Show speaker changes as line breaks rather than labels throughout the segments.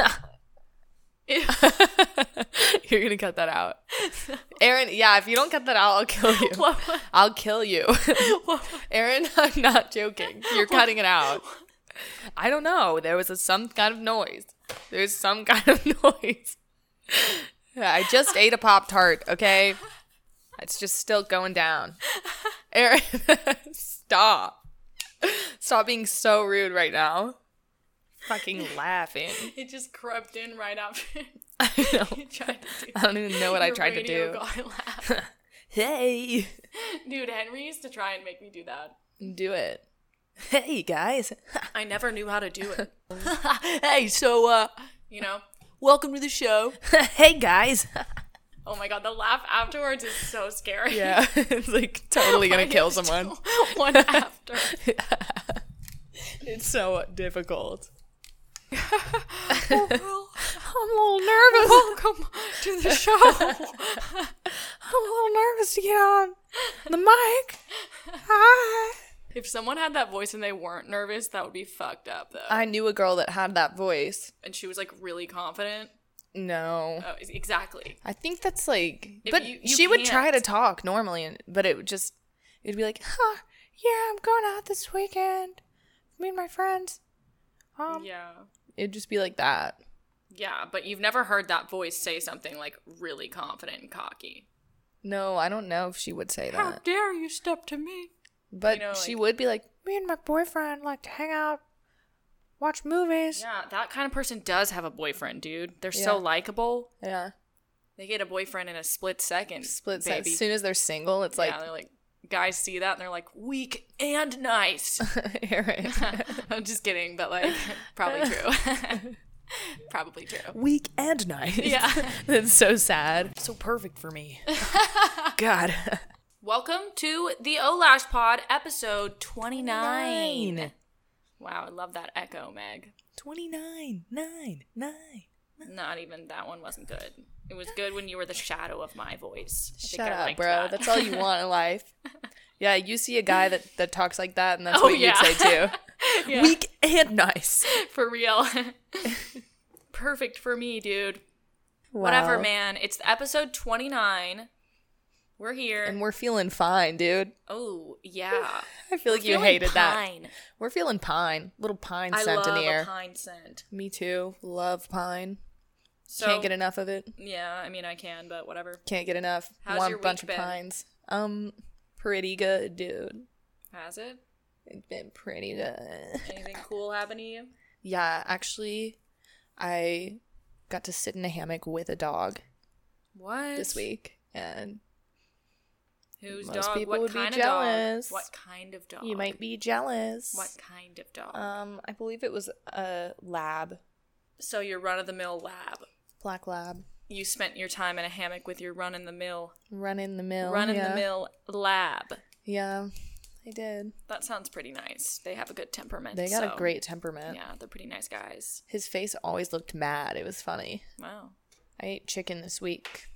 You're gonna cut that out, Aaron. Yeah, if you don't cut that out, I'll kill you.
What was-
I'll kill you,
what,
Aaron. I'm not joking. You're cutting it out. I don't know. There was a, some kind of noise. There's some kind of noise. I just ate a pop tart. Okay, it's just still going down. Aaron, stop. Stop being so rude right now. Fucking laughing.
it just crept in right after
I know.
you tried to do
I don't even know what I
your
tried to
radio
do.
guy laugh.
Hey,
Dude, Henry used to try and make me do that.
do it. Hey guys.
I never knew how to do it.
hey, so uh,
You know?
welcome to the show. hey guys.
Oh my god, the laugh afterwards is so scary.
Yeah, it's like totally gonna
Mine
kill
is
someone.
still One after.
It's so difficult.
Well,
I'm a little nervous.
welcome to the show.
I'm a little nervous to get on the mic. Hi.
if someone had that voice and they weren't nervous, that would be fucked up though.
I knew a girl that had that voice.
and she was like really confident.
No.
Oh, ex- exactly.
I think that's like,
If
but
you- you
she would try to
can't.
talk normally, and but it would just, it'd be like, huh, yeah, I'm going out this weekend, me and my friends. Um,
Yeah.
it'd just be like that.
Yeah, but you've never heard that voice say something like really confident and cocky.
No, I don't know if she would say
How
that,
dare you step to me?
but
know,
she
like-
would be like, me and my boyfriend like to hang out, watch movies.
Yeah, that kind of person does have a boyfriend, dude. They're
Yeah.
so likable.
Yeah,
They get a boyfriend in a split second.
split sec-
baby.
As soon as they're single, it's like
yeah, they're like guys see that and they're like weak and nice.
Aaron,
I'm just kidding, but like probably true. probably true.
weak and nice.
Yeah.
that's so sad. So perfect for me. God.
Welcome to the Olash Pod, episode 29. Wow, I love that echo, Meg.
29, 9, 9.
Not even that one wasn't good. It was good when you were the shadow of my voice. I think
Shut
I
up,
liked
bro.
that.
That's all you want in life. Yeah, you see a guy that, that talks like that, and that's
Oh,
what you'd
yeah.
say too.
Yeah.
Weak and nice.
for real. Perfect for me, dude. Whatever,
Wow.
man. It's episode 29. We're here.
And we're feeling fine, dude.
oh, yeah.
I feel like you
Feeling
hated that.
pine.
We're feeling pine. Little pine
I
scent
love
in the air.
a pine scent.
Me too. Love pine.
So,
Can't get enough of it.
Yeah, I mean, I can, but whatever.
Can't get enough.
How's
One
your week
bunch
been?
of pines. Um, pretty good, dude.
Has it?
It's been pretty good.
Anything cool happen to you?
Yeah, actually, I got to sit in a hammock with a dog
What?
this week, and
Whose
Most
dog?
people
what
would be
kind of
jealous.
dog? What kind of dog?
you might be jealous.
What kind of dog?
Um, I believe it was a lab,
so your run of the mill lab.
black lab,
You spent your time in a hammock with your run in the mill,
run in the mill.
run in
yeah.
the mill lab.
Yeah, I did.
That sounds pretty nice. They have a good temperament.
They got
so-
a great temperament.
Yeah, they're pretty nice guys.
His face always looked mad. It was funny.
Wow.
I ate chicken this week.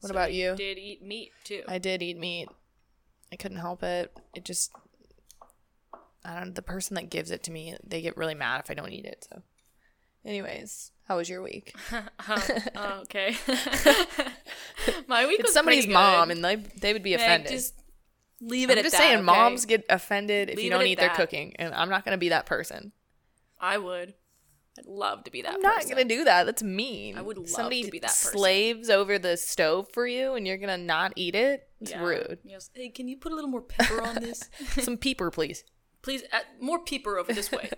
What
So
about you?
Did eat meat too.
I did eat meat. I couldn't help it. It just I don't the person that gives it to me, they get really mad if I don't eat it. So anyways, how was your week?
Oh, okay. My week
It's
was
somebody's
pretty good.
mom and they they would be
Meg,
offended.
Just leave it
I'm
at
just
that,
saying
okay?
moms get offended if
Leave
you
it
don't
at
eat
that.
their cooking and I'm not going to be that person.
I would. I'd love to be that.
I'm not
person.
going to do that. That's mean.
I would love
Somebody
to be that person.
slaves over the stove for you and you're going to not eat it? It's
Yeah.
rude.
Yes. Hey, can you put a little more pepper on this?
Some peeper, please.
Please, uh, more peeper over this way.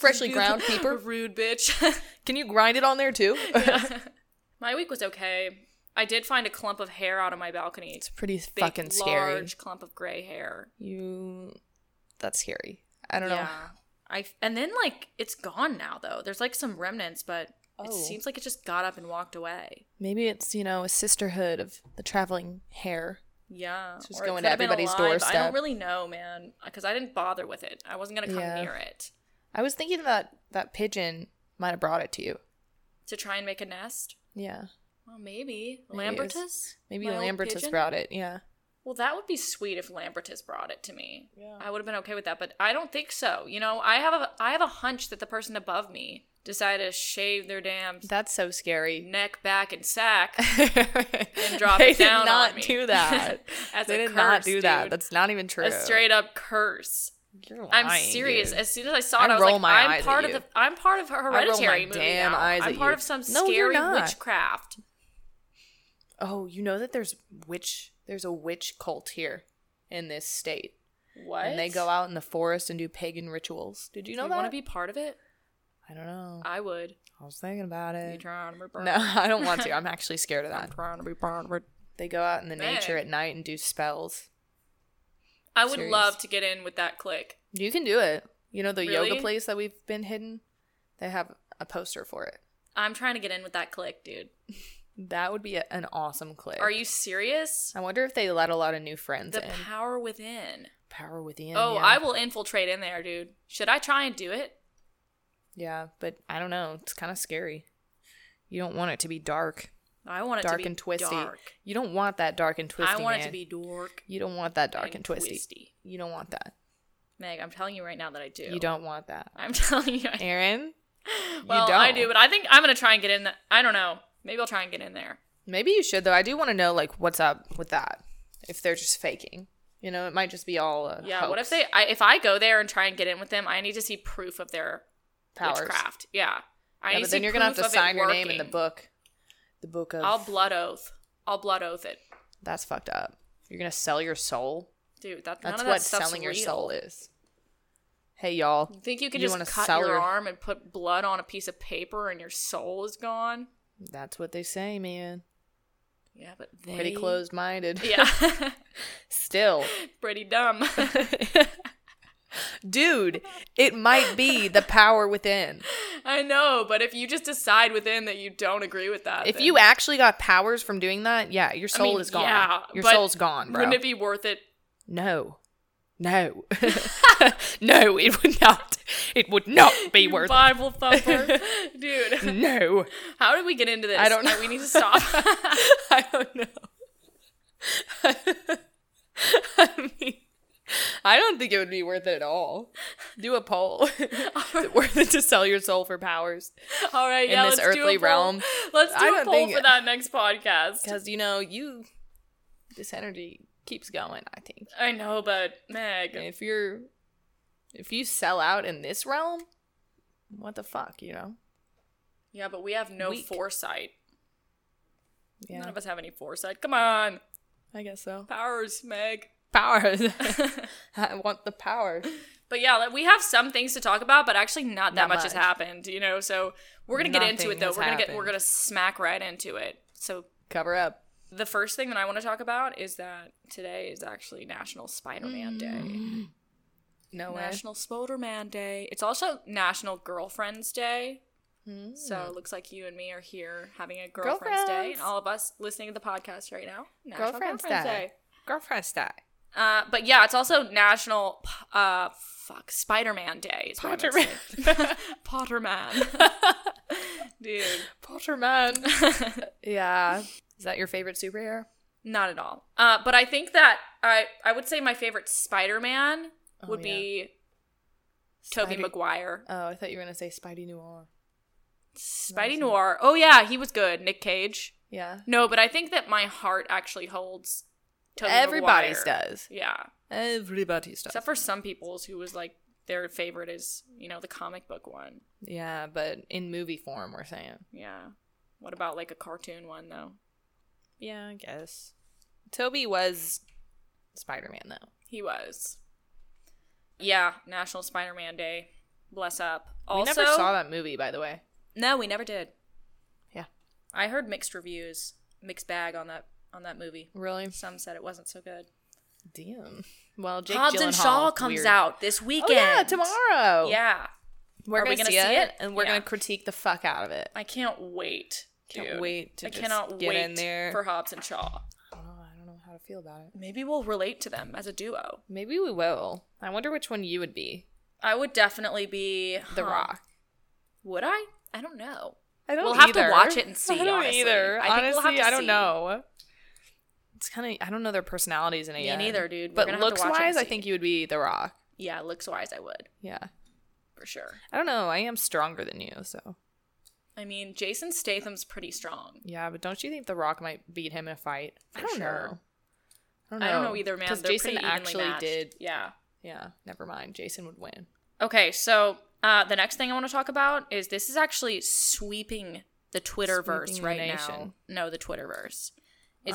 Freshly
You
ground peeper.
Rude bitch.
Can you grind it on there too?
my week was okay. I did find a clump of hair out of my balcony. It's
It's pretty
big,
fucking scary.
Large clump of gray hair.
You, that's scary. I don't know.
I and then like it's gone now though. There's like some remnants, but it
Oh.
seems like it just got up and walked away.
Maybe it's you know a sisterhood of the traveling hair.
Yeah,
It's just
or it
going
could
to
have been
everybody's
alive. I
doorstep.
don't really know, man, because I didn't bother with it. I wasn't gonna come
Yeah.
near it
I was thinking that that pigeon might have brought it to you.
to try and make a nest.
Yeah,
Well, maybe
Maybe it was-
Lambertus.
maybe
My old
Lambertus
pigeon?
brought it. Yeah,
Well, that would be sweet if Lambertus brought it to me.
Yeah.
I would have been okay with that, but I don't think so. You know, I have a I have a hunch that the person above me decided to shave their damn
That's so scary.
neck, back, and sack
and
drop
they
it down
did not
on me.
do that.
as
they did
a curse,
not do that.
dude.
That's not even true.
a straight up curse.
You're lying,
I'm serious.
dude.
As soon as I saw it,
I
I, was
roll
like,
my eyes
I'm
at
part of
you.
the. I'm part of her
my
hereditary movie
damn
now.
eyes
I'm
at
part
you.
of some
No, you're
scary
not.
witchcraft.
Oh, you know that there's witch. There's a witch cult here in this state,
What?
and they go out in the forest and do pagan rituals. Did you know
You
that?
want to be part of it?
I don't know.
I would.
I was thinking about
You
it.
trying to be part
No, I don't want to. I'm actually scared of that.
trying to be part of it.
They go out in the nature
Meg.
at night and do spells.
I would
Serious.
love to get in with that clique.
You can do it. You know the
Really?
yoga place that we've been hidden? They have a poster for it.
I'm trying to get in with that clique, dude.
That would be a, an awesome clip.
Are you serious?
I wonder if they let a lot of new friends
The
in.
power within.
Power within.
Oh,
yeah.
I will infiltrate in there, dude. Should I try and do it?
Yeah, but I don't know. It's kind of scary. You don't want it to be dark,
I want it
dark
to be
and twisty.
dark.
You don't want that dark and twisty.
I want it to
man.
be dark,
You don't want that dark and,
and
twisty.
twisty.
You don't want that.
Meg, I'm telling you right now that I do.
You don't want that,
I'm telling you. I,
Aaron.
well,
you don't.
I do, but I think I'm gonna try and get in. The, I don't know. Maybe I'll try and get in there.
Maybe you should though. I do want to know like what's up with that. If they're just faking, you know, it might just be all. A
Yeah. What if
hoax.
they? I, if I go there and try and get in with them, I need to see proof of their
powers?
witchcraft. Yeah. I
Yeah,
need to
but
see
then you're gonna have
proof
to
of it
sign your name in the
working.
book. The book of
I'll blood oath. I'll blood oath it,
that's fucked up. You're gonna sell your soul.
dude. That, none
That's
of
what
that stuff's
selling your
real.
soul is. Hey y'all,
You think you can
You wanna
just cut
sell
your
your-
arm and put blood on a piece of paper and your soul is gone?
that's what they say, man.
Yeah, but they...
Pretty closed-minded.
Yeah,
Still,
pretty dumb.
dude, it might be the power within.
I know, but if you just decide within that you don't agree with that,
If
then-
you actually got powers from doing that, yeah, your
I
soul
mean,
is gone.
yeah,
your
but
soul's gone, bro.
wouldn't it be worth it?
No. No. no, it would not. It would not be
You
worth
Bible thumper, dude.
No.
How did we get into this?
I don't know.
We need to stop.
I don't know. I mean, I don't think it would be worth it at all. Do a poll. Is it worth it to sell your soul for powers
All right,
in
yeah,
this
let's do a
earthly
poll.
realm?
Let's do
I
a
don't
poll
think-
for that next podcast.
Because, you know, you, this energy keeps going, I think.
I know, but Meg,
And if you're, if you sell out in this realm, what the fuck, you know?
yeah, but we have no
Weak.
foresight.
Yeah,
None of us have any foresight. Come on,
I guess so.
powers, Meg.
Powers. I want the power.
But yeah, like, we have some things to talk about, but actually not
Not
that much, has
much.
happened, you know. So we're gonna get into
Nothing
it though.
has
We're gonna get we're
happened.
gonna smack right into it. So
Cover up.
the first thing that I want to talk about is that today is actually National Spider-Man Day.
Mm, No way.
National Spider-Man Day. It's also National Girlfriends Day.
Mm.
So it looks like you and me are here having a girlfriends, day,
Girlfriends.
and all of us listening to the podcast right now. National
Girlfriends Day. Girlfriend's die.
Uh, but yeah, it's also National P- uh fuck Spider-Man Day. is what I'm
Potterman.
excited- Potterman. Dude,
Potterman. yeah. Is that your favorite superhero?
not at all. Uh, but I think that I I would say my favorite Spider-Man
Oh,
would
yeah.
be Toby
Spidey-
Maguire.
Oh, I thought you were gonna say Spidey Noir.
Spidey Noir. Oh yeah, he was good. Nick Cage.
Yeah.
No, but I think that my heart actually holds Toby
Everybody's
Maguire.
does.
Yeah.
Everybody's does.
Except for some people's who was like their favorite is, you know, the comic book one.
yeah, but in movie form, we're saying.
Yeah. What about like a cartoon one though?
Yeah, I guess. Toby was Spider Man though.
He was. Yeah, National Spider-Man Day. Bless up.
we
Also,
never saw that movie, by the way.
no, we never did.
Yeah.
I heard mixed reviews, mixed bag on that on that movie.
Really?
Some said it wasn't so good.
Damn. Well, Jake
Hobbs and Shaw
Gyllenhaal,
comes
weird.
out this
Oh
weekend.
yeah, tomorrow.
Yeah,
we're
Are
gonna,
we
see, it, and we're
Yeah.
gonna critique the fuck out of it.
I can't wait.
Can't
dude.
wait to
I
just
cannot
get
wait
in there.
for Hobbs and Shaw.
Oh, I don't know how to feel about it.
Maybe we'll relate to them as a duo.
Maybe we will. I wonder which one you would be.
I would definitely be
The
huh,
Rock.
Would I? I don't know.
I don't.
We'll have to
either.
watch it and see,
I don't
honestly.
either.
I think we'll
honestly,
have to
I don't
see.
know. It's kind of I don't know their personalities in it
Me
yet.
neither, dude. We're
But
gonna have to
looks
watch it and
wise, I
see.
think you would be The Rock.
Yeah, looks wise, I would
Yeah.
for sure.
I don't know. I am stronger than you, so
I mean, Jason Statham's pretty strong.
yeah. But don't you think The Rock might beat him in a fight? I
For
don't
sure.
know.
I don't know either, man.
Because
They're
Jason
pretty evenly
actually
matched.
did.
Yeah.
Yeah. Never mind. Jason would win.
Okay, so uh, the next thing I want to talk about is this is actually sweeping the Twitterverse
Sweeping the
right now.
nation.
No, the Twitterverse. It's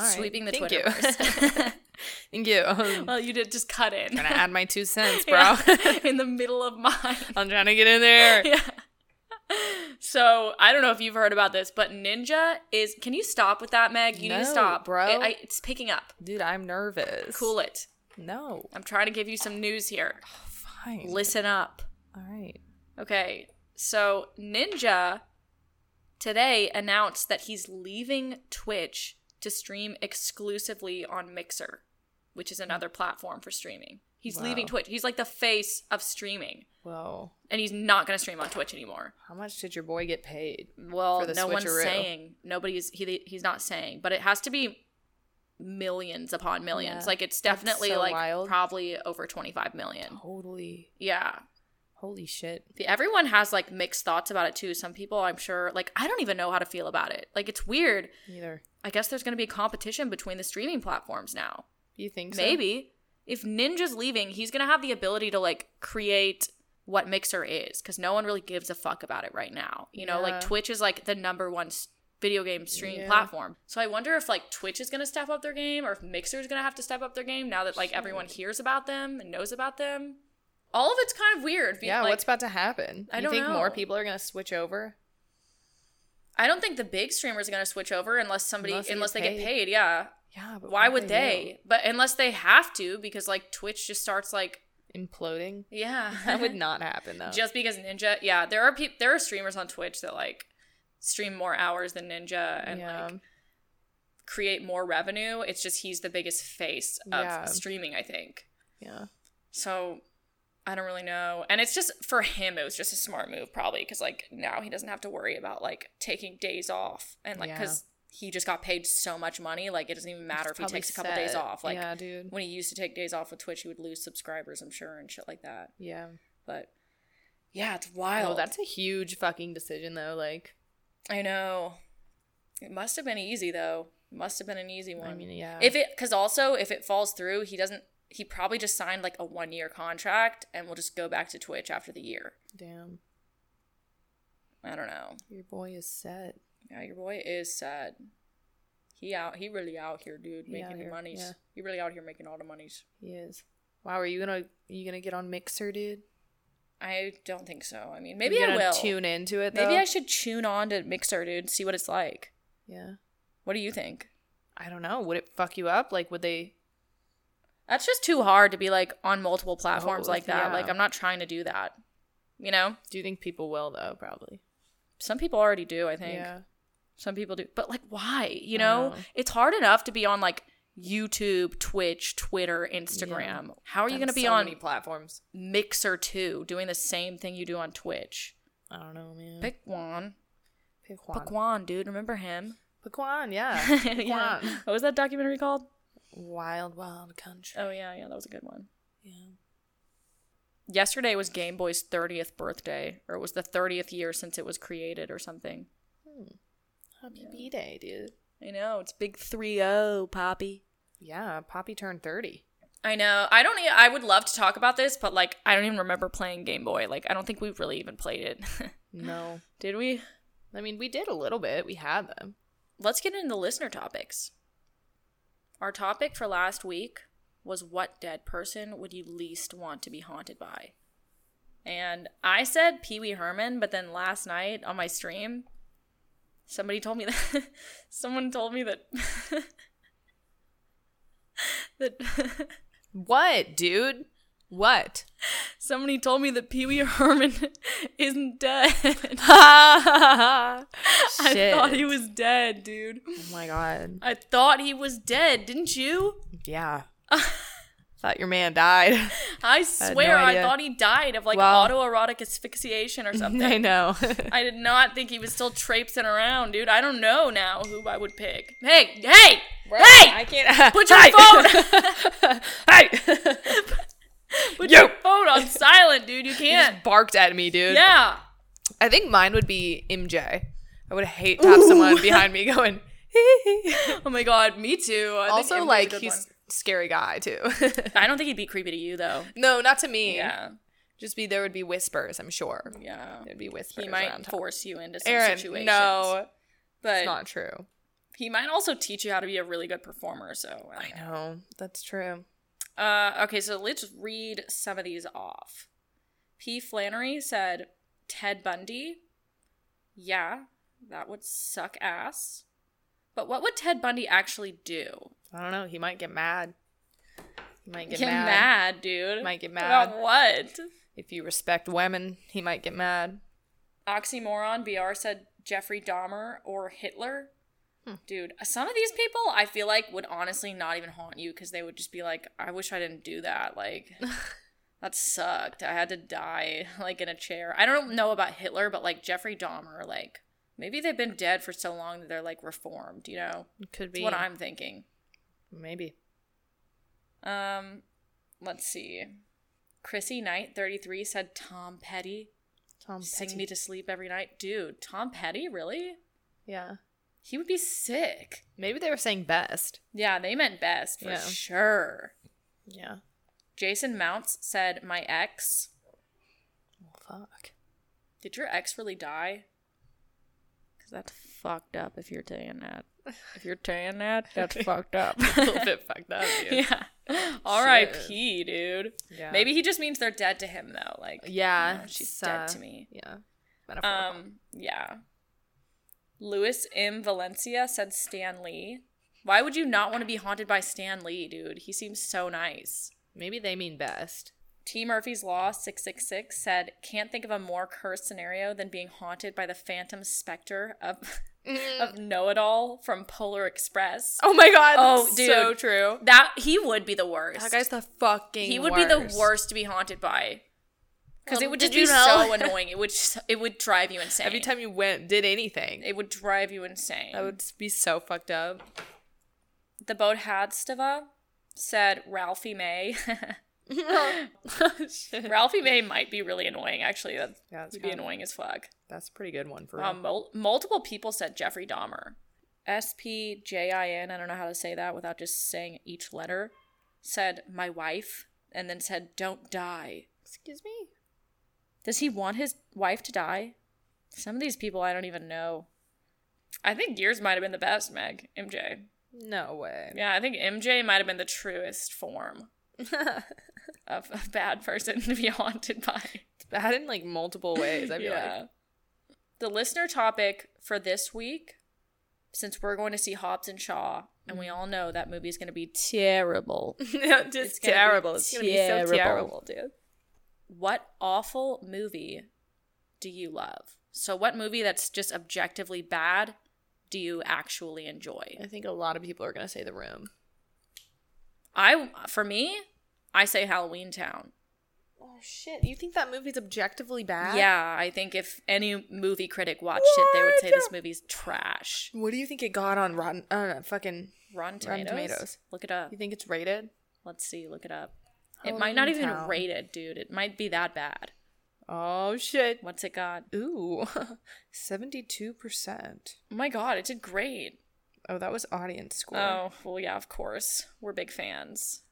All right.
sweeping the
Thank you.
Twitterverse.
Thank you. I'm
well, you did just cut in.
gonna add my two cents, bro.
Yeah, in the middle of mine.
I'm trying to get in there.
yeah. So I don't know if you've heard about this, but Ninja is. Can you stop with that, Meg? You need to
No,
stop,
bro.
It- I, it's picking up.
Dude, I'm nervous.
Cool it.
No.
I'm trying to give you some news here.
Fine.
Listen up.
All right.
Okay, so Ninja today announced that he's leaving Twitch to stream exclusively on Mixer, which is another platform for streaming. He's leaving
Wow.
Twitch. He's like the face of streaming,
Whoa.
and he's not going to stream on Twitch anymore.
How much did your boy get paid?
Well,
for the
no one's
switcheroo.
saying. Nobody's he he's not saying, but it has to be millions upon millions.
Yeah,
like it's definitely
so
like
wild.
probably over 25 million.
Totally.
Yeah.
Holy shit.
The- Everyone has like mixed thoughts about it too. Some people, I'm sure, like I don't even know how to feel about it. Like it's weird.
Neither.
I guess there's going to be competition between the streaming platforms now.
You think so?
Maybe if Ninja's leaving, he's going to have the ability to like create what Mixer is cuz no one really gives a fuck about it right now. You know,
Yeah.
like Twitch is like the number one s- video game streaming
Yeah.
platform. So I wonder if like Twitch is going to step up their game or if Mixer is going to have to step up their game now that like everyone hears about them and knows about them. All of it's kind of weird. be-
Yeah,
like,
what's about to happen?
I
you
don't
think more
know.
people are gonna switch over?
I don't think the big streamers are going to switch over unless somebody
Unless
unless,
they get paid.
they get paid. Yeah.
Yeah, but
Why would they? But unless they have to because like Twitch just starts like
do? imploding?
yeah.
That would not happen though.
just because Ninja. Yeah, there are peop there are streamers on Twitch that like stream more hours than Ninja and
yeah.
uh, like create more revenue. It's just he's the biggest face of
Yeah.
streaming, I think.
yeah.
So I don't really know. And it's just for him, it was just a smart move, probably, because like now he doesn't have to worry about like taking days off. And like,
Yeah.
because he just got paid so much money, like it doesn't even matter if he
Probably
takes a couple
set.
days off. Like,
Yeah, dude.
when he used to take days off with Twitch, he would lose subscribers, I'm sure, and shit like that.
Yeah.
But yeah, it's
Oh,
wild.
that's a huge fucking decision though. Like
I know. It must have been easy, though. Must have been an easy one.
I mean, yeah.
If it, because also if it falls through, he doesn't. He probably just signed like a one year contract, and will just go back to Twitch after the year.
Damn.
I don't know.
Your boy is set.
Yeah, your boy is sad. He out. He really out here, dude,
He
making
out
the
here,
monies.
yeah.
He really out here making all the monies.
He is. Wow, are you gonna you gonna get on Mixer, dude?
I don't think so. I mean, maybe
you
I
gonna
will.
tune into it though.
maybe I should tune on to Mixer, dude. See what it's like.
Yeah.
What do you think?
I don't know. Would it fuck you up? Like, would they?
That's just too hard to be like on multiple platforms
Oh,
like that.
yeah.
Like I'm not trying to do that. You know,
Do you think people will though? Probably.
some people already do. I think
Yeah.
some people do, but like why? You
I
know,
know.
it's hard enough to be on like YouTube, Twitch, Twitter, Instagram. How are you going to
And
be
so
on
many platforms?
Mixer too, doing the same thing you do on Twitch?
I don't know, man.
Pick one.
Pequan.
Pick one, dude. Remember him?
Pequan, yeah.
yeah.
Pequan.
What was that documentary called?
Wild, wild country.
Oh yeah, yeah, that was a good one.
Yeah.
yesterday was Game Boy's 30th birthday, or it was the 30th year since it was created or something.
Happy B-Day, dude.
I know, it's big 3-0, Poppy.
Yeah, Poppy turned 30.
I know. I don't e- I would love to talk about this, but like I don't even remember playing Game Boy. Like I don't think we really even played it.
No.
Did we?
I mean, we did a little bit. We had them.
Let's get into listener topics. Our topic for last week was what dead person would you least want to be haunted by? And I said Pee Wee Herman, but then last night on my stream, somebody told me that someone told me that that
What, dude? What?
somebody told me that Pee Wee Herman isn't dead.
I
I thought he was dead, dude.
Oh my god.
I thought he was dead, didn't you?
Yeah. thought your man died.
I
no
swear, I,
idea.
thought he died of like
Well-
autoerotic asphyxiation or something.
I know.
I did not think he was still traipsing around, dude. I don't know now who I would pick. Hey, hey, Hey!
I can't.
Put your
Hey!
phone-
hey!
Put
Yo!
your phone on silent, dude. You
He
can't.
just barked at me, dude.
Yeah.
I think mine would be MJ. I would hate to have someone behind me going.
Oh my god, me too. I think Emily
also,
was a
like
good
he's
one.
scary guy too.
I don't think he'd be creepy to you though.
no, not to me.
Yeah.
Just be there would be whispers. I'm sure
Yeah.
there'd be whispers.
He
around
might
town.
force you into some
Aaron,
situations.
no,
But
it's not true.
he might also teach you how to be a really good performer, so I
I
don't know.
know that's true.
Uh, okay, so let's read some of these off. P. Flannery said, Ted Bundy? Yeah, that would suck ass. But what would Ted Bundy actually do?
I don't know. He might get mad. He might get,
Get mad.
mad.
dude.
Might get
About
mad.
what?
If you respect women, he might get mad.
Oxymoron BR said Jeffrey Dahmer or Hitler.
Hmm.
Dude, some of these people I feel like would honestly not even haunt you because they would just be like, I wish I didn't do that. Like, that sucked. I had to die, like, in a chair. I don't know about Hitler, but like Jeffrey Dahmer, like, maybe they've been dead for so long that they're like reformed, you know?
Could
That's
be.
what I'm thinking.
Maybe.
Um, let's see. Chrissy Knight, 33, said Tom Petty.
Tom
Sing
Petty.
me to sleep every night. Dude, Tom Petty, really?
yeah.
He would be sick.
Maybe they were saying best.
Yeah, they meant best for
Yeah.
sure.
Yeah.
Jason Mounts said, My ex.
Well, fuck.
Did your ex really die? Because that's fucked up if you're saying that. If you're saying that, that's fucked up.
a little bit fucked up. dude.
yeah. R.I.P., dude.
Yeah.
Maybe he just means they're dead to him, though. Like,
Yeah,
you know, she's
it's,
dead
uh,
to me.
Yeah. Metaphorical.
Um, yeah. Louis M. Valencia said Stan Lee. Why would you not want to be haunted by Stan Lee, dude? He seems so nice.
Maybe they mean best.
T. Murphy's Law 666 said, Can't think of a more cursed scenario than being haunted by the phantom specter of, of Know It All from Polar Express.
Mm-hmm. Oh my god.
Oh,
that's
dude.
so true.
That he would be the worst.
That guy's the fucking.
he would be the worst to be haunted by. Because it
Well,
would just
did you
be
know?
so annoying. It would just, it would drive you insane.
Every time you went, did anything,
it would drive you insane.
that would be so fucked up.
The boat Hadstava said Ralphie May.
Shit.
Ralphie May might be really annoying, actually. That
Yeah, it's
would be
kinda-
annoying as fuck.
That's a pretty good one for real.
Um, mul- multiple people said Jeffrey Dahmer. S P J I N, I don't know how to say that without just saying each letter, said my wife, and then said, don't die.
Excuse me.
Does he want his wife to die? Some of these people I don't even know. I think yours might have been the best, Meg, MJ.
No way.
Yeah, I think MJ might have been the truest form of a bad person to be haunted by.
Bad in like multiple ways. I feel like.
The listener topic for this week, since we're going to see Hobbs and Shaw, and we all know that movie is going to be terrible.
Yeah, just
It's gonna be
terrible. It's gonna be so
terrible.
terrible, dude.
What awful movie do you love? So, what movie that's just objectively bad do you actually enjoy?
I think a lot of people are gonna say the room.
I, for me, I say Halloween Town.
Oh shit! You think that movie's objectively bad?
Yeah, I think if any movie critic watched it, they would say this movie's trash.
What do you think it got on Rotten? I don't know. Fucking.
Rotten Tomatoes.
Tomatoes.
Look it up.
You think it's rated?
Let's see. Look it up. it might not
Halloween
even
Town.
rate it, dude. It might be that bad.
Oh shit!
What's it got?
Ooh, seventy-two percent.
Oh my god, it did great.
Oh, that was audience score.
Oh well, yeah, of course. We're big fans.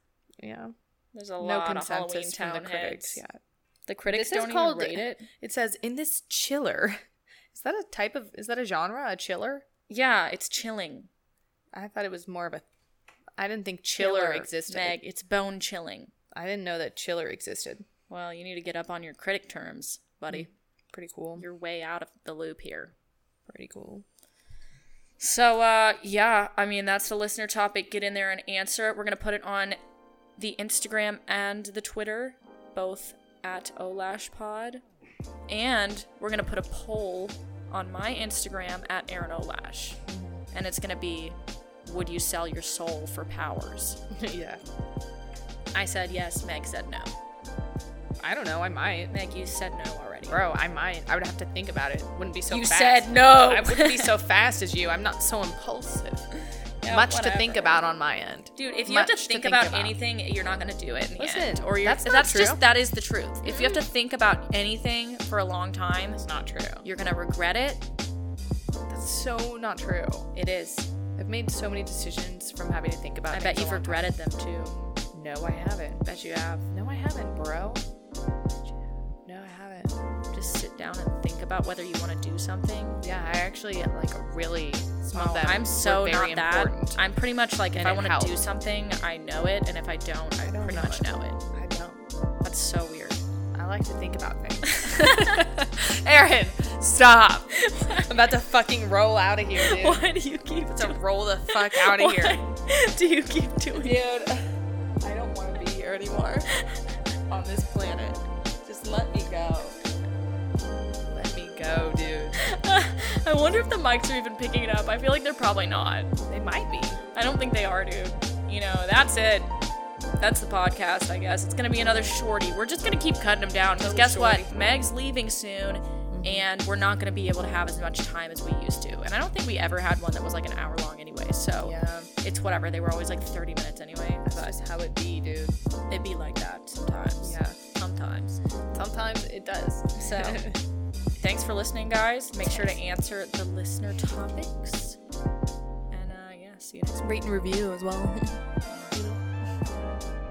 yeah.
There's a
No
lot of Halloween
consensus from
Town
the critics
hits.
yet.
The critics
This is
don't even
called-
rate it.
It says in this chiller. Is that a type of? Is that a genre? A chiller?
Yeah, it's chilling.
I thought it was more of a. I didn't think chiller, existed.
Meg, it's bone chilling.
I didn't know that chiller existed.
Well, you need to get up on your critic terms, buddy.
Pretty cool.
You're way out of the loop here.
Pretty cool.
So uh yeah, I mean that's the listener topic. Get in there and answer it. We're gonna put it on the Instagram and the Twitter, both at OlashPod. And we're gonna put a poll on my Instagram at Aaron Olash. And it's gonna be Would you sell your soul for powers?
yeah.
I said yes, Meg said no.
I don't know. I might.
Meg, you said no already.
Bro, I might. I would have to think about it. Wouldn't be so
you
fast.
said no.
I wouldn't be so fast as you. I'm not so impulsive.
Yeah,
Much to
whatever.
think about on my end.
Dude, if you have to
Much to
think,
think
about,
about.
anything, you're not gonna do it in the
Listen,
end. Or you're
that's not
just
true.
that is the truth. If you have to think about anything for a long time,
It's not true.
you're gonna regret it.
That's so not true.
It is.
I've made so many decisions from having to think about.
I bet
things
you've
a lot.
regretted them too.
No, I haven't.
Bet you have.
No, I haven't, bro. No, I haven't.
Just sit down and think about whether you want to do something.
Yeah, I actually like really. Some
Oh,
of them
I'm so
were very
not that.
important.
I'm pretty much like if
And
I
it
want to
helped.
do something, I know it, and if I don't, I,
I don't
pretty
know
much
it.
know it.
I don't.
That's so weird.
I like to think about things. Aaron, stop! I'm about to fucking roll out of here, dude.
Why do you keep
To roll the fuck out of here.
Do you keep doing?
Dude, I don't want to be here anymore on this planet. Just let me go. Let me go, dude.
I wonder if the mics are even picking it up. I feel like they're probably not.
They might be.
I don't think they are, dude. You know, that's it. That's the podcast, I guess. It's gonna be another shorty. We're just gonna keep cutting them down because
Another
guess what?
shorty.
Meg's leaving soon, and we're not gonna be able to have as much time as we used to. And I don't think we ever had one that was like an hour long anyway. So
Yeah,
it's whatever. They were always like 30 minutes anyway. But
that's just how it be, dude.
it'd be like that sometimes.
Yeah.
Sometimes.
Sometimes it does.
So, thanks for listening, guys. Make sure to answer the listener topics. And uh, yeah, see you next
rate and review as well.
week.